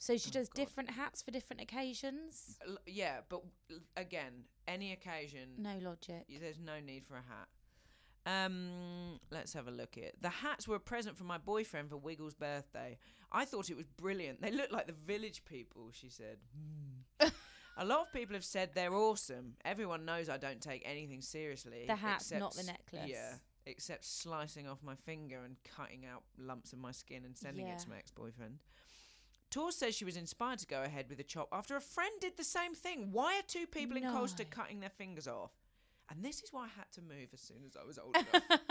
Speaker 1: so she
Speaker 2: Oh,
Speaker 1: does
Speaker 2: God.
Speaker 1: different hats for different occasions.
Speaker 2: l- yeah, but l- again, any occasion,
Speaker 1: No logic.
Speaker 2: y- there's no need for a hat. Um, let's have a look at the hats were a present from my boyfriend for Wiggles' birthday. I thought it was brilliant. They look like the village people, she said. Hmm. a lot of people have said they're awesome. Everyone knows I don't take anything seriously.
Speaker 1: The hat, not the
Speaker 2: s-
Speaker 1: necklace.
Speaker 2: Yeah, except slicing off my finger and cutting out lumps of my skin and sending
Speaker 1: Yeah.
Speaker 2: it to my ex-boyfriend. Tor says she was inspired to go ahead with the chop after a friend did the same thing. Why are two people in Colchester
Speaker 1: No.
Speaker 2: cutting their fingers off? And this is why I had to move as soon as I was old enough.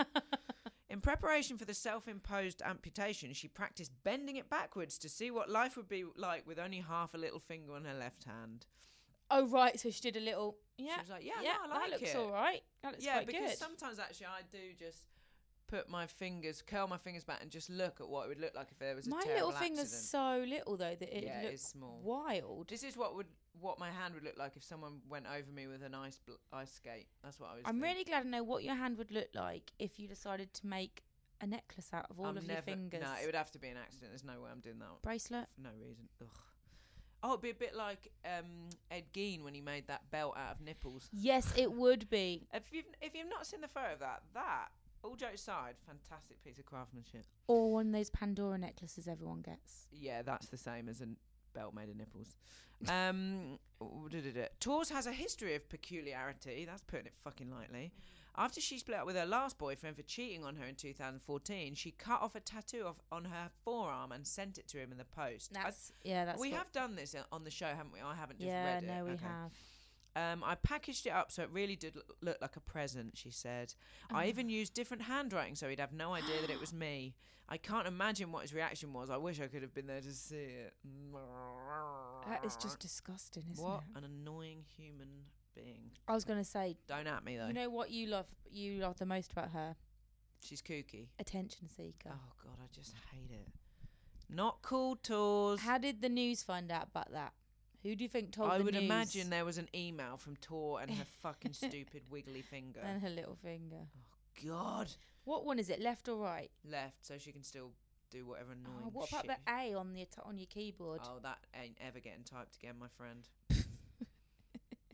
Speaker 2: in preparation for the self imposed amputation, she practiced bending it backwards to see what life would be like with only half a little finger on her left hand.
Speaker 1: Oh right, so she did a little. Yeah,
Speaker 2: was like, "Yeah, no, I like
Speaker 1: that looks
Speaker 2: it."
Speaker 1: all right. That looks
Speaker 2: yeah,
Speaker 1: quite
Speaker 2: because
Speaker 1: good.
Speaker 2: sometimes actually I do just put my fingers, curl my fingers back, and just look at what it would look like if there was a
Speaker 1: My
Speaker 2: terrible
Speaker 1: little finger's
Speaker 2: accident.
Speaker 1: so little though that it
Speaker 2: Yeah, it is
Speaker 1: looks
Speaker 2: small.
Speaker 1: wild.
Speaker 2: This is what would what my hand would look like if someone went over me with an ice bl- ice skate. That's what I was.
Speaker 1: I'm
Speaker 2: thinking.
Speaker 1: really glad I know what your hand would look like if you decided to make a necklace out of all
Speaker 2: I'm
Speaker 1: of your
Speaker 2: never-
Speaker 1: fingers.
Speaker 2: No, it would have to be an accident. There's no way I'm doing that for
Speaker 1: Bracelet.
Speaker 2: no reason. Ugh. Oh, it'd be a bit like um, Ed Gein when he made that belt out of nipples.
Speaker 1: Yes, it would be.
Speaker 2: If you've if you've not seen the photo of that, that all jokes aside, fantastic piece of craftsmanship.
Speaker 1: Or one of those Pandora necklaces everyone gets.
Speaker 2: Yeah, that's the same as a n- belt made of nipples. Um, da-da-da. Tors has a history of peculiarity. That's putting it fucking lightly. After she split up with her last boyfriend for cheating on her in 2014, she cut off a tattoo of, on her forearm and sent it to him in the post. I-
Speaker 1: That's yeah. That's
Speaker 2: we
Speaker 1: what-
Speaker 2: have done this uh, on the show, haven't we? I haven't just
Speaker 1: Yeah,
Speaker 2: read it.
Speaker 1: no, we
Speaker 2: Okay.
Speaker 1: have.
Speaker 2: Um, I packaged it up so it really did l- look like a present, she said.
Speaker 1: Oh.
Speaker 2: I even used different handwriting so he'd have no idea that it was me. I can't imagine what his reaction was. I wish I could have been there to see it.
Speaker 1: That is just disgusting, isn't
Speaker 2: What
Speaker 1: it?
Speaker 2: an annoying human being.
Speaker 1: I was gonna say,
Speaker 2: Don't at me though.
Speaker 1: you know what you love, you love the most about her
Speaker 2: She's kooky.
Speaker 1: attention seeker.
Speaker 2: Oh god, I just hate it. Not cool Tors.
Speaker 1: How did the news find out about that? Who do you think told
Speaker 2: I
Speaker 1: the
Speaker 2: would
Speaker 1: news?
Speaker 2: imagine there was an email from Tor and her fucking stupid wiggly finger.
Speaker 1: and her little finger.
Speaker 2: Oh. God.
Speaker 1: What one is it? Left or right?
Speaker 2: Left so she can still do whatever annoying
Speaker 1: Oh, what about
Speaker 2: shit
Speaker 1: the A on the on your keyboard?
Speaker 2: Oh, that ain't ever getting typed again, my friend.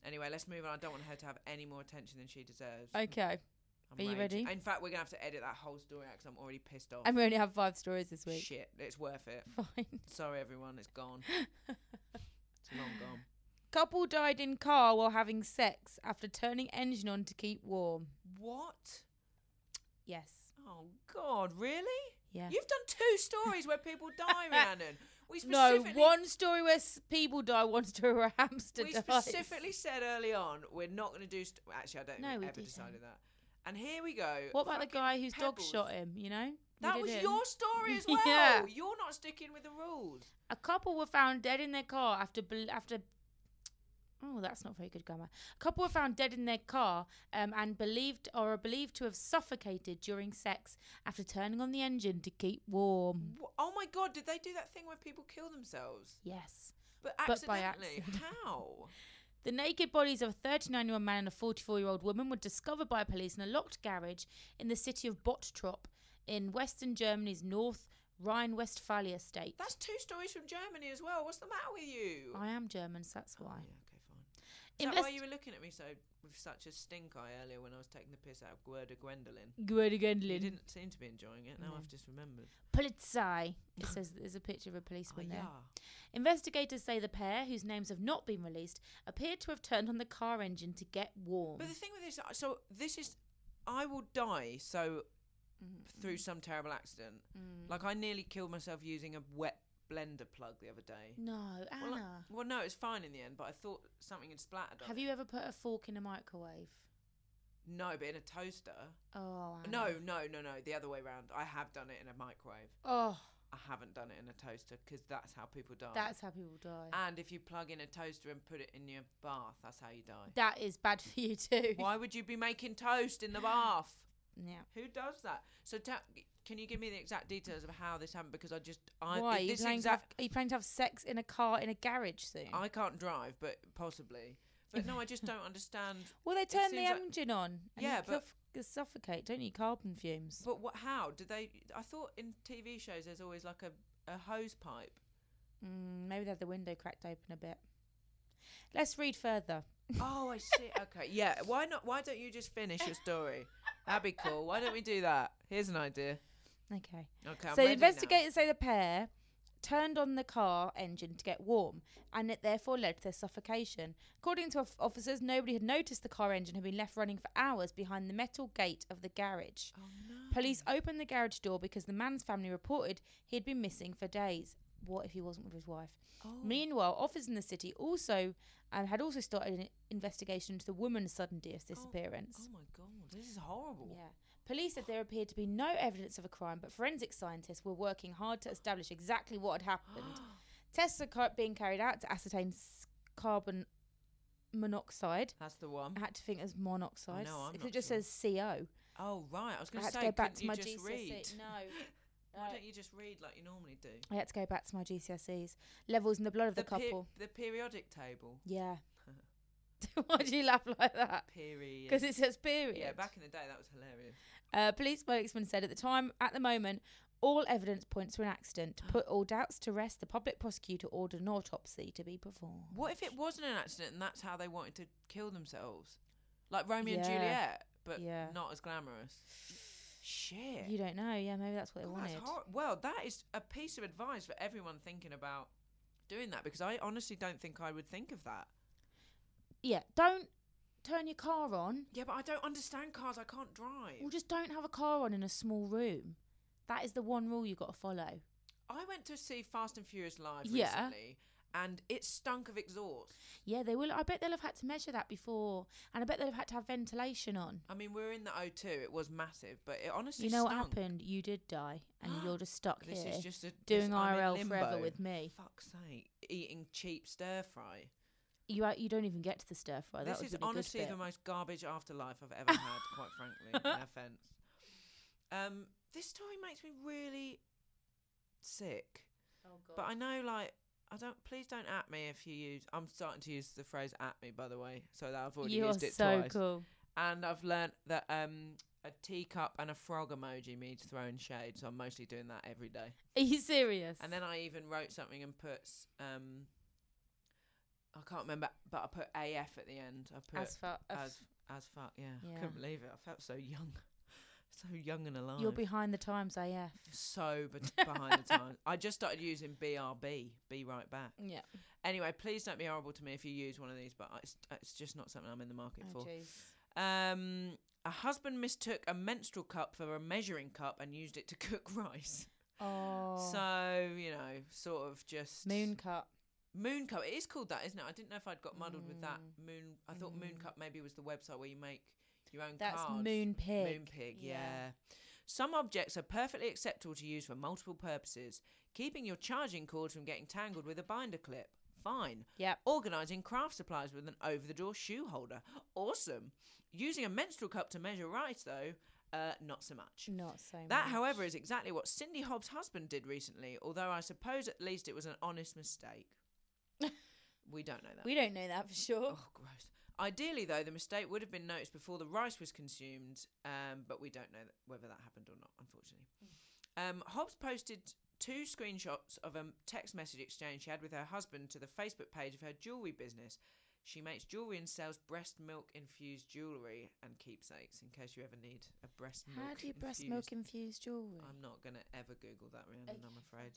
Speaker 2: anyway, let's move on. I don't want her to have any more attention than she deserves.
Speaker 1: Okay,
Speaker 2: I'm
Speaker 1: are you
Speaker 2: raging.
Speaker 1: ready?
Speaker 2: In fact, we're gonna have to edit that whole story out 'cause I'm already pissed off.
Speaker 1: and we only have five stories this week.
Speaker 2: Shit, it's worth it.
Speaker 1: Fine.
Speaker 2: Sorry, everyone, it's gone. It's long gone.
Speaker 1: Couple died in car while having sex after turning engine on to keep warm.
Speaker 2: What?
Speaker 1: Yes.
Speaker 2: Oh God, really?
Speaker 1: Yeah.
Speaker 2: You've done two stories where people die, Rhiannon. We
Speaker 1: No,
Speaker 2: specifically
Speaker 1: one story where s- people die, one story where a hamster
Speaker 2: we
Speaker 1: dies.
Speaker 2: specifically said early on we're not going to do. St- Actually, I don't
Speaker 1: No,
Speaker 2: think
Speaker 1: we
Speaker 2: we ever
Speaker 1: didn't.
Speaker 2: decided that. And here we go.
Speaker 1: What about the
Speaker 2: Fucking
Speaker 1: guy whose dog
Speaker 2: Pebbles.
Speaker 1: shot him? You know, We
Speaker 2: That
Speaker 1: did
Speaker 2: was
Speaker 1: him.
Speaker 2: your story as well.
Speaker 1: Yeah.
Speaker 2: You're not sticking with the rules.
Speaker 1: A couple were found dead in their car after bel- after. Oh, that's not very good grammar. A couple were found dead in their car um, and believed or are believed to have suffocated during sex after turning on the engine to keep warm.
Speaker 2: Wh- Oh my god, did they do that thing where people kill themselves?
Speaker 1: Yes.
Speaker 2: But
Speaker 1: But by
Speaker 2: accidentally.
Speaker 1: accident.
Speaker 2: How?
Speaker 1: The naked bodies of a 39 year old man and a 44 year old woman were discovered by police in a locked garage in the city of Bottrop in western Germany's North Rhine Westphalia state.
Speaker 2: That's two stories from Germany as well. What's the matter with you?
Speaker 1: I am German, so that's
Speaker 2: Oh,
Speaker 1: why.
Speaker 2: yeah, okay, fine. Is that why
Speaker 1: Invest-
Speaker 2: you were looking at me so with such a stink eye earlier when I was taking the piss out of Gwenda Gwendolyn?
Speaker 1: Gwenda
Speaker 2: You
Speaker 1: Gwendolyn.
Speaker 2: didn't seem to be enjoying it. Now I've just remembered.
Speaker 1: Mm. Polizei. It says there's a picture of a
Speaker 2: Oh,
Speaker 1: policeman there.
Speaker 2: yeah.
Speaker 1: Investigators say the pair, whose names have not been released, appeared to have turned on the car engine to get warm.
Speaker 2: But the thing with this, so this is, I will
Speaker 1: Mm-hmm.
Speaker 2: die.
Speaker 1: Mm.
Speaker 2: So through some terrible accident, like I nearly killed myself using a wet blender plug the other day.
Speaker 1: No, Anna.
Speaker 2: Well, I- well, no, it's fine in the end, but I thought something had splattered on
Speaker 1: have
Speaker 2: it.
Speaker 1: you ever put a fork in a microwave?
Speaker 2: No, but in a toaster.
Speaker 1: Oh, Anna.
Speaker 2: No, no, no, no. The other way round. I have done it in a microwave.
Speaker 1: Oh,
Speaker 2: I haven't done it in a toaster because that's how people die.
Speaker 1: that's how people die.
Speaker 2: and if you plug in a toaster and put it in your bath, that's how you die.
Speaker 1: that is bad for you too.
Speaker 2: Why would you be making toast in the bath?
Speaker 1: Yeah.
Speaker 2: Who does that? So ta- can you give me the exact details of how this happened? Because I just I
Speaker 1: Why? Are you,
Speaker 2: this
Speaker 1: planning to have,
Speaker 2: exact
Speaker 1: are you planning to have sex in a car in a garage soon?
Speaker 2: I can't drive, but possibly. But no, I just don't understand.
Speaker 1: well, they
Speaker 2: It
Speaker 1: turn the
Speaker 2: seems like-
Speaker 1: engine on. And
Speaker 2: Yeah,
Speaker 1: you
Speaker 2: but-
Speaker 1: cuff- suffocate, don't you? Carbon fumes.
Speaker 2: But what? How do they? I thought in TV shows there's always like a, a hose pipe.
Speaker 1: Mm, maybe they had the window cracked open a bit. Let's read further.
Speaker 2: Oh, I see. Okay, yeah. Why not? Why don't you just finish your story? That'd be cool. Why don't we do that? Here's an idea.
Speaker 1: Okay.
Speaker 2: Okay. I'm
Speaker 1: so
Speaker 2: ready now.
Speaker 1: investigators say the pair turned on the car engine to get warm, and it therefore led to their suffocation. According to of- officers, nobody had noticed the car engine had been left running for hours behind the metal gate of the garage.
Speaker 2: Oh,
Speaker 1: Police opened the garage door because the man's family reported he had been missing for days. What if he wasn't with his wife?
Speaker 2: Oh.
Speaker 1: Meanwhile, officers in the city also um, had also started an investigation into the woman's sudden dis- disappearance.
Speaker 2: Oh my god, this is horrible.
Speaker 1: Yeah. Police said there appeared to be no evidence of a crime, but forensic scientists were working hard to establish exactly what had happened. Tests are car- being carried out to ascertain s- carbon monoxide.
Speaker 2: That's the one.
Speaker 1: I had to think as monoxide.
Speaker 2: know, Mm. I'm
Speaker 1: because
Speaker 2: not
Speaker 1: it just
Speaker 2: sure.
Speaker 1: says CO.
Speaker 2: Oh right, I was
Speaker 1: I
Speaker 2: going
Speaker 1: had
Speaker 2: say,
Speaker 1: to go back
Speaker 2: couldn't
Speaker 1: to
Speaker 2: you
Speaker 1: my
Speaker 2: just
Speaker 1: GCSE.
Speaker 2: read?
Speaker 1: E. No.
Speaker 2: Why
Speaker 1: no.
Speaker 2: don't you just read like you normally do?
Speaker 1: I had to go back to my GCSEs. Levels in the blood of the,
Speaker 2: pe-
Speaker 1: couple.
Speaker 2: the periodic table.
Speaker 1: yeah. Why do you laugh like that?
Speaker 2: Period.
Speaker 1: Because it says period.
Speaker 2: yeah, back in the day that was hilarious.
Speaker 1: Uh, police spokesman said at the time, at the moment, all evidence points to an accident. To put all doubts to rest, the public prosecutor ordered an autopsy to be performed.
Speaker 2: What if it wasn't an accident and that's how they wanted to kill themselves, like Romeo and
Speaker 1: Yeah.
Speaker 2: Juliet, but
Speaker 1: Yeah.
Speaker 2: not as glamorous? Shit.
Speaker 1: You don't know, yeah? Maybe that's what they
Speaker 2: God,
Speaker 1: wanted.
Speaker 2: that's hor- well, that is a piece of advice for everyone thinking about doing that because I honestly don't think I would think of that.
Speaker 1: yeah, don't turn your car on.
Speaker 2: Yeah, but I don't understand cars. I can't drive.
Speaker 1: Well, just don't have a car on in a small room. That is the one rule you got to follow.
Speaker 2: I went to see Fast and Furious live
Speaker 1: Yeah.
Speaker 2: recently, and it stunk of exhaust.
Speaker 1: Yeah, they will. I bet they'll have had to measure that before, and I bet they'll have had to have ventilation on.
Speaker 2: I mean, we were in the O2. It was massive, but it honestly
Speaker 1: you know what
Speaker 2: stunk.
Speaker 1: happened? You did die, and you're just stuck
Speaker 2: This
Speaker 1: here
Speaker 2: is just a,
Speaker 1: doing
Speaker 2: this- I'm in
Speaker 1: IRL forever
Speaker 2: limbo.
Speaker 1: with me.
Speaker 2: Fuck's sake! Eating cheap stir fry.
Speaker 1: You uh, you don't even get to the stir fry. that
Speaker 2: this
Speaker 1: would
Speaker 2: is
Speaker 1: be the good
Speaker 2: honestly the
Speaker 1: bit.
Speaker 2: most garbage afterlife I've ever had, quite frankly. No offense. Um, this story makes me really sick. But I know, like, I don't. Please don't at me if you use. I'm starting to use the phrase "at me," by the way. So that I've already
Speaker 1: You are
Speaker 2: used it
Speaker 1: so
Speaker 2: twice.
Speaker 1: cool.
Speaker 2: And I've learnt that um, a teacup and a frog emoji means throwing shade. So I'm mostly doing that every day.
Speaker 1: Are you serious?
Speaker 2: And then I even wrote something and put s- um I can't remember, but I put AF at the end. I put
Speaker 1: As fuck- a f-
Speaker 2: as, as fuck. Yeah. I
Speaker 1: Yeah.
Speaker 2: couldn't believe it. I felt so young, so young and alive.
Speaker 1: you're behind the times, AF.
Speaker 2: so bet- behind the times. I just started using BRB. Be right back.
Speaker 1: Yeah.
Speaker 2: Anyway, please don't be horrible to me if you use one of these, but I- it's, it's just not something I'm in the market
Speaker 1: Oh,
Speaker 2: for.
Speaker 1: jeez.
Speaker 2: Um, a husband mistook a menstrual cup for a measuring cup and used it to cook rice.
Speaker 1: Oh.
Speaker 2: So you know, sort of just
Speaker 1: moon cut.
Speaker 2: Moon Cup. It is called that, isn't it? I didn't know if I'd got muddled with that.
Speaker 1: Mm.
Speaker 2: Moon. I thought Moon Cup maybe was the website where you make your own
Speaker 1: That's
Speaker 2: cards.
Speaker 1: Moon Pig.
Speaker 2: Moon Pig.
Speaker 1: Yeah.
Speaker 2: Yeah. Some objects are perfectly acceptable to use for multiple purposes. Keeping your charging cord from getting tangled with a binder clip. Fine.
Speaker 1: Yep.
Speaker 2: Organising craft supplies with an over the door shoe holder. Awesome. Using a menstrual cup to measure rice, though, uh, not so much.
Speaker 1: Not so.
Speaker 2: That,
Speaker 1: much.
Speaker 2: however, is exactly what Cindy Hobbs' husband did recently, although I suppose at least it was an honest mistake. we don't know that.
Speaker 1: we don't know that for sure.
Speaker 2: Oh, gross. Ideally, though, the mistake would have been noticed before the rice was consumed, um, but we don't know th- whether that happened or not, unfortunately.
Speaker 1: Mm.
Speaker 2: Um, Hobbs posted two screenshots of a m- text message exchange she had with her husband to the Facebook page of her jewellery business. She makes jewellery and sells breast milk infused jewellery and keepsakes in case you ever need a breast milk.
Speaker 1: How do you breast milk infused jewelry?
Speaker 2: I'm not going to ever Google that, Rhiannon, I'm afraid.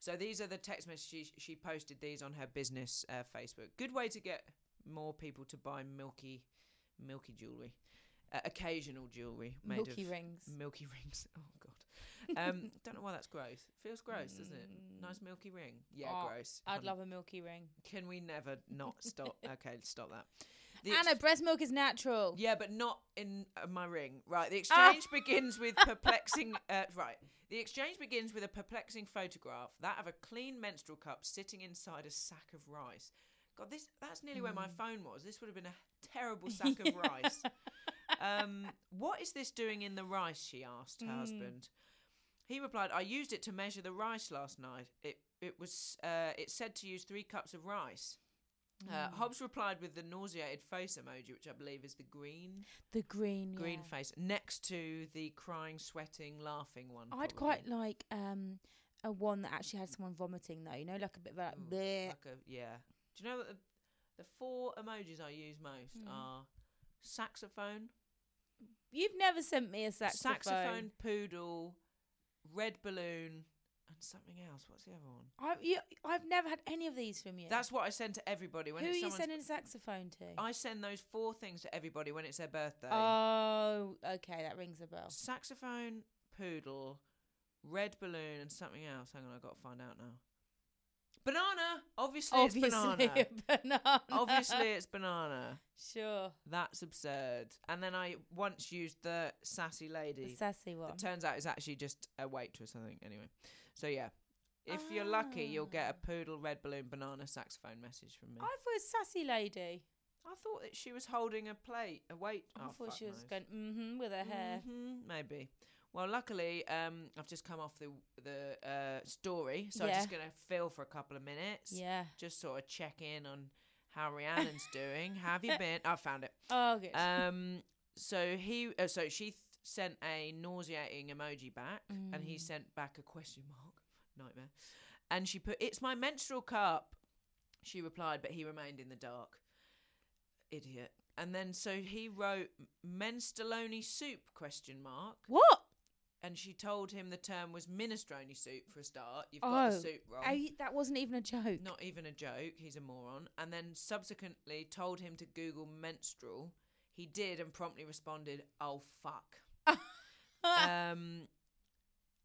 Speaker 2: So these are the text messages. She posted these on her business uh, Facebook. Good way to get more people to buy milky, milky jewellery. uh, occasional jewelry made
Speaker 1: Milky
Speaker 2: of
Speaker 1: rings.
Speaker 2: Milky rings. Oh god. Um, don't know why that's gross. Feels gross, doesn't it? Nice milky ring. Yeah,
Speaker 1: Mm. Oh,
Speaker 2: gross.
Speaker 1: I'd
Speaker 2: Hun-
Speaker 1: love a milky ring.
Speaker 2: Can we never not stop? okay, stop that. The
Speaker 1: Anna,
Speaker 2: ex-
Speaker 1: breast milk is natural.
Speaker 2: yeah, but not in uh, my ring. Right. The
Speaker 1: Ah.
Speaker 2: exchange begins with perplexing. Uh, right. The exchange begins with a perplexing photograph, that of a clean menstrual cup sitting inside a sack of rice. God, this that's nearly where my phone was. This would have been a terrible sack of rice. Um, what is this doing in the rice? She asked her husband. He replied, "I used it to measure the rice last night. It it was uh, it said to use three cups of rice." Uh, Hobbs replied with the nauseated face emoji, which I believe is the green
Speaker 1: The green.
Speaker 2: green
Speaker 1: yeah.
Speaker 2: face next to the crying, sweating, laughing one.
Speaker 1: I'd
Speaker 2: probably.
Speaker 1: quite like um a one that actually had someone vomiting though. You know, like a bit of a
Speaker 2: Ooh,
Speaker 1: bleh.
Speaker 2: like a- yeah. Do you know that the, the four emojis I use most
Speaker 1: Mm.
Speaker 2: are saxophone,
Speaker 1: You've never sent me a saxophone.
Speaker 2: saxophone, poodle, red balloon, and something else. What's the other one?
Speaker 1: I, you, I've never had any of these from you.
Speaker 2: That's what I send to everybody when
Speaker 1: who are
Speaker 2: it's
Speaker 1: you
Speaker 2: someone's-
Speaker 1: sending a saxophone to?
Speaker 2: I send those four things to everybody when it's their birthday.
Speaker 1: oh, okay, that rings a bell.
Speaker 2: saxophone, poodle, red balloon, and something else. Hang on, I got to find out now. Banana, obviously,
Speaker 1: Obviously,
Speaker 2: it's banana.
Speaker 1: banana.
Speaker 2: obviously, it's banana.
Speaker 1: sure.
Speaker 2: That's absurd. And then I once used the sassy
Speaker 1: The
Speaker 2: lady.
Speaker 1: sassy one.
Speaker 2: It turns out it's actually just a waitress, I think. Anyway, so yeah, if you're lucky, you'll get
Speaker 1: Ah.
Speaker 2: a poodle, red balloon, banana, saxophone message from me.
Speaker 1: I thought it was sassy lady.
Speaker 2: I thought that she was holding a plate, a wait.
Speaker 1: I
Speaker 2: oh,
Speaker 1: thought
Speaker 2: fuck
Speaker 1: she was
Speaker 2: knows.
Speaker 1: going mm-hmm with her hair.
Speaker 2: Mhm, maybe. Well, luckily, um, I've just come off the the uh, story, so I'm just
Speaker 1: Yeah.
Speaker 2: gonna fill for a couple of minutes.
Speaker 1: Yeah.
Speaker 2: Just sort of check in on how Rhiannon's doing. How have you been? I found it.
Speaker 1: Oh, good.
Speaker 2: Um, so he, uh, so she th- sent a nauseating emoji back, and he sent back a question mark. Nightmare. And she put, "It's my menstrual cup." She replied, but he remained in the dark. Idiot. And then so he wrote "Menstroloni soup?" question mark,
Speaker 1: what?
Speaker 2: and she told him the term was minestrone soup for a start. You've got
Speaker 1: Oh,
Speaker 2: the soup wrong.
Speaker 1: I, that wasn't even a joke.
Speaker 2: Not even a joke. He's a moron. And then subsequently told him to Google menstrual. He did and promptly responded, "Oh fuck." um,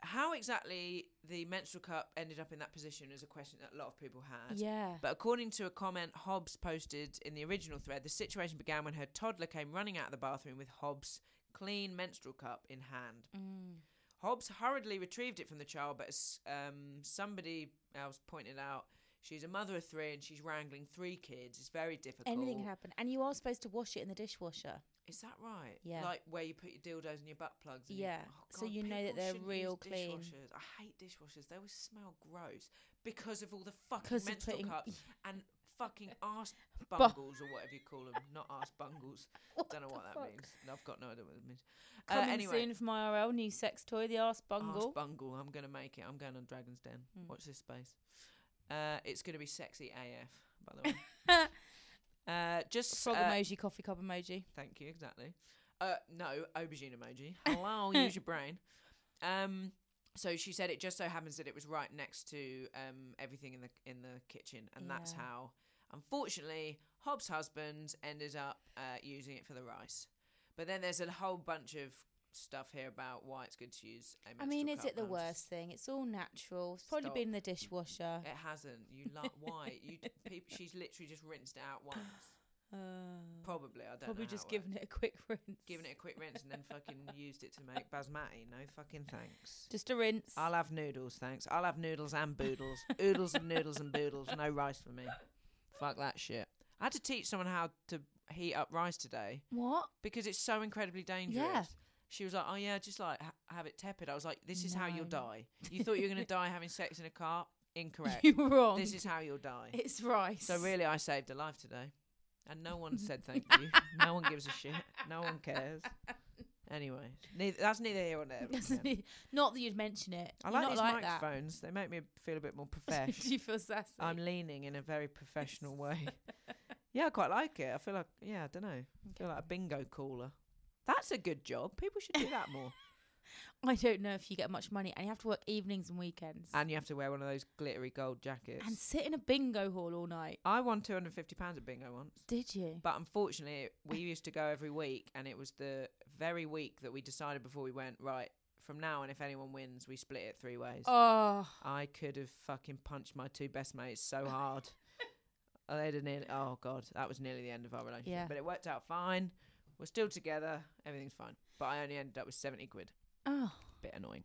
Speaker 2: how exactly the menstrual cup ended up in that position is a question that a lot of people had.
Speaker 1: Yeah.
Speaker 2: But according to a comment Hobbs posted in the original thread, the situation began when her toddler came running out of the bathroom with Hobbs' clean menstrual cup in hand.
Speaker 1: Mm.
Speaker 2: Hobbs hurriedly retrieved it from the child, but as um, somebody else pointed out, she's a mother of three and she's wrangling three kids. It's very difficult.
Speaker 1: Anything can happen. And you are supposed to wash it in the dishwasher.
Speaker 2: Is that right?
Speaker 1: Yeah.
Speaker 2: Like where you put your dildos and your butt plugs. And
Speaker 1: Yeah,
Speaker 2: Your, oh,
Speaker 1: so
Speaker 2: God,
Speaker 1: you know that
Speaker 2: people
Speaker 1: they're
Speaker 2: shouldn't
Speaker 1: real
Speaker 2: use
Speaker 1: clean.
Speaker 2: Dishwashers. I hate dishwashers. They always smell gross because of all the fucking
Speaker 1: 'Cause of
Speaker 2: menstrual
Speaker 1: putting-
Speaker 2: cups and fucking arse bungles or whatever you call them. Not arse bungles. Don't know
Speaker 1: the
Speaker 2: what that
Speaker 1: fuck?
Speaker 2: means. I've got no idea what it means. Uh,
Speaker 1: Coming
Speaker 2: anyway,
Speaker 1: soon from IRL, new sex toy, the arse bungle.
Speaker 2: Arse bungle. I'm going to make it. I'm going on Dragon's Den.
Speaker 1: Hmm.
Speaker 2: Watch this space. Uh, it's going to be sexy AF, by the way. Uh, just
Speaker 1: Frog
Speaker 2: uh,
Speaker 1: emoji, coffee cup emoji.
Speaker 2: Thank you, exactly. Uh, no, aubergine emoji. Hello, use your brain. Um, so she said it just so happens that it was right next to um, everything in the in the kitchen, and that's
Speaker 1: Yeah.
Speaker 2: how, unfortunately, Hobbs' husband ended up uh, using it for the rice. But then there's a whole bunch of stuff here about why it's good to use. A
Speaker 1: I mean,
Speaker 2: menstrual
Speaker 1: is
Speaker 2: cup,
Speaker 1: it the
Speaker 2: and I'm just-
Speaker 1: worst thing? It's all natural. It's probably
Speaker 2: Stop.
Speaker 1: been in the dishwasher.
Speaker 2: It hasn't. You like why? You d- peop she's literally just rinsed it out once. Eh.
Speaker 1: Uh.
Speaker 2: Probably, I don't know.
Speaker 1: Probably
Speaker 2: how
Speaker 1: just
Speaker 2: it works.
Speaker 1: giving it a quick rinse.
Speaker 2: giving it a quick rinse and then fucking used it to make basmati. No fucking thanks.
Speaker 1: Just a rinse.
Speaker 2: I'll have noodles, thanks. I'll have noodles and boodles. Oodles and noodles and boodles. No rice for me. Fuck that shit. I had to teach someone how to heat up rice today
Speaker 1: what?
Speaker 2: because it's so incredibly dangerous. She was like, "Oh yeah, just like ha- have it tepid." I was like, "This is how you'll die. You thought you were gonna die having sex in a car? Incorrect.
Speaker 1: You were wrong.
Speaker 2: This is how you'll die."
Speaker 1: it's rice.
Speaker 2: So really, I saved a life today, and no one said thank you. no one gives a shit. No one cares. Anyway, neither, that's neither here nor there. Ken.
Speaker 1: not that you'd mention it.
Speaker 2: I
Speaker 1: You're
Speaker 2: like
Speaker 1: not
Speaker 2: these
Speaker 1: like that.
Speaker 2: microphones. They make me feel a bit more
Speaker 1: Do
Speaker 2: professional.
Speaker 1: you feel sassy?
Speaker 2: I'm leaning in a very professional way. yeah, I quite like it. I feel like yeah, I don't know. I feel like a bingo caller. That's a good job. People should do that more.
Speaker 1: I don't know if you get much money, and you have to work evenings and weekends,
Speaker 2: And you have to wear one of those glittery gold jackets.
Speaker 1: and sit in a bingo hall all night.
Speaker 2: I won two hundred and fifty pounds at bingo once.
Speaker 1: Did you?
Speaker 2: But unfortunately, we used to go every week, and it was the very week that we decided before we went, right, from now on, if anyone wins, we split it three ways.
Speaker 1: Oh,
Speaker 2: I could have fucking punched my two best mates so hard. Oh, they'd have nearly, oh, God, that was nearly the end of our relationship.
Speaker 1: Yeah.
Speaker 2: But it worked out fine. We're still together. Everything's fine. But I only ended up with 70 quid.
Speaker 1: oh,
Speaker 2: Bit annoying.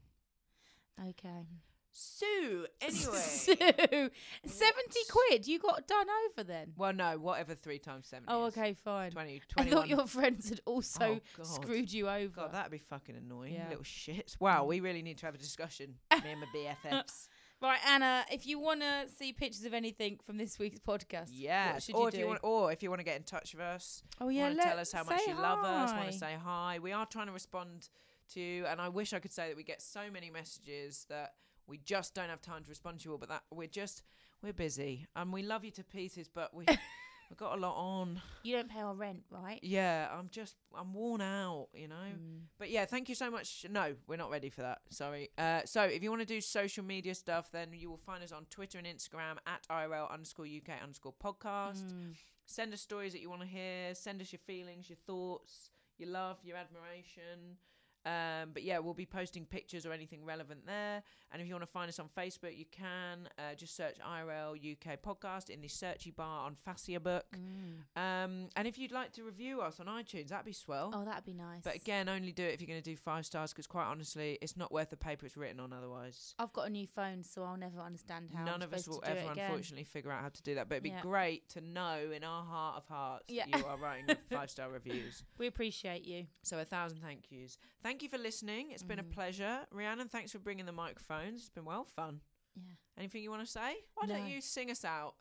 Speaker 1: okay.
Speaker 2: Sue,
Speaker 1: so
Speaker 2: anyway.
Speaker 1: seventy quid you got done over then.
Speaker 2: well, no, whatever three times 70
Speaker 1: Oh,
Speaker 2: is.
Speaker 1: okay, fine.
Speaker 2: 20,
Speaker 1: I
Speaker 2: 21.
Speaker 1: thought your friends had also
Speaker 2: Oh, God.
Speaker 1: screwed you over.
Speaker 2: God, that'd be fucking annoying.
Speaker 1: Yeah.
Speaker 2: Little shits. Wow, we really need to have a discussion. Me and my BFFs.
Speaker 1: Right, Anna, if you want to see pictures of anything from this week's podcast,
Speaker 2: Yes.
Speaker 1: what should
Speaker 2: or
Speaker 1: you
Speaker 2: if
Speaker 1: do?
Speaker 2: you want, or if you want to get in touch with us,
Speaker 1: Oh, yeah,
Speaker 2: want to
Speaker 1: let-
Speaker 2: tell us how much
Speaker 1: say
Speaker 2: you love us, want
Speaker 1: hi.
Speaker 2: to say hi. We are trying to respond to, you, and I wish I could say that we get so many messages that we just don't have time to respond to you all. But that we're just we're busy, and we love you to pieces, but we. We've got a lot on.
Speaker 1: you don't pay our rent, right?
Speaker 2: Yeah, I'm just, I'm worn out, you know? But yeah, thank you so much. No, we're not ready for that. Sorry. Uh, so if you want to do social media stuff, then you will find us on Twitter and Instagram at IRL underscore UK underscore podcast send us stories that you want to hear send us your feelings your thoughts your love your admiration um, but yeah we'll be posting pictures or anything relevant there and if you want to find us on facebook you can uh, just search irl uk podcast in the searchy bar on fascia book
Speaker 1: Mm.
Speaker 2: um, and if you'd like to review us on itunes that'd be swell
Speaker 1: Oh, that'd be nice.
Speaker 2: but again only do it if you're going to do five stars because quite honestly it's not worth the paper it's written on otherwise
Speaker 1: I've got a new phone, so I'll never understand how. I'm
Speaker 2: None of us will
Speaker 1: supposed to do
Speaker 2: ever,
Speaker 1: it again.
Speaker 2: unfortunately, figure out how to do that. But it'd be
Speaker 1: Yeah.
Speaker 2: great to know in our heart of hearts
Speaker 1: Yeah.
Speaker 2: that you are writing five star reviews.
Speaker 1: We appreciate you.
Speaker 2: So a thousand thank yous. Thank you for listening. It's
Speaker 1: Mm.
Speaker 2: been a pleasure, Rhiannon. Thanks for bringing the microphones. It's been well fun.
Speaker 1: Yeah,
Speaker 2: Anything you want to say? Why
Speaker 1: No.
Speaker 2: don't you sing us out?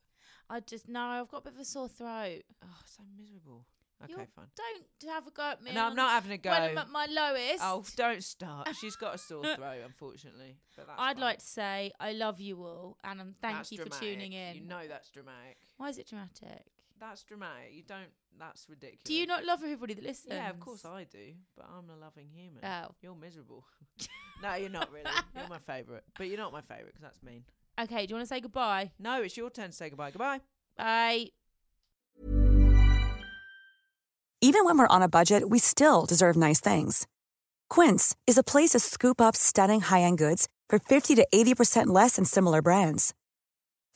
Speaker 1: I just no, I've got a bit of a sore throat.
Speaker 2: Oh, so miserable. Okay,
Speaker 1: You're-
Speaker 2: fine.
Speaker 1: Don't have a go at me.
Speaker 2: No, I'm
Speaker 1: on-
Speaker 2: not having a go.
Speaker 1: When I'm at my lowest,
Speaker 2: Oh, don't start. She's got a sore throat, unfortunately. But that's
Speaker 1: I'd
Speaker 2: fine.
Speaker 1: like to say I love you all, and um, thank
Speaker 2: That's
Speaker 1: you for
Speaker 2: dramatic.
Speaker 1: tuning in.
Speaker 2: You know that's dramatic.
Speaker 1: Why is it dramatic?
Speaker 2: That's dramatic. You don't. That's ridiculous.
Speaker 1: Do you not love everybody that listens?
Speaker 2: Yeah, of course I do, but I'm a loving human.
Speaker 1: Oh.
Speaker 2: You're miserable. no, you're not really. You're my favourite, but you're not my favourite because that's mean.
Speaker 1: Okay, do you want to say goodbye?
Speaker 2: No, it's your turn to say goodbye. Goodbye.
Speaker 1: Bye.
Speaker 3: Even when we're on a budget, we still deserve nice things. Quince is a place to scoop up stunning high end goods for 50 to 80% less than similar brands.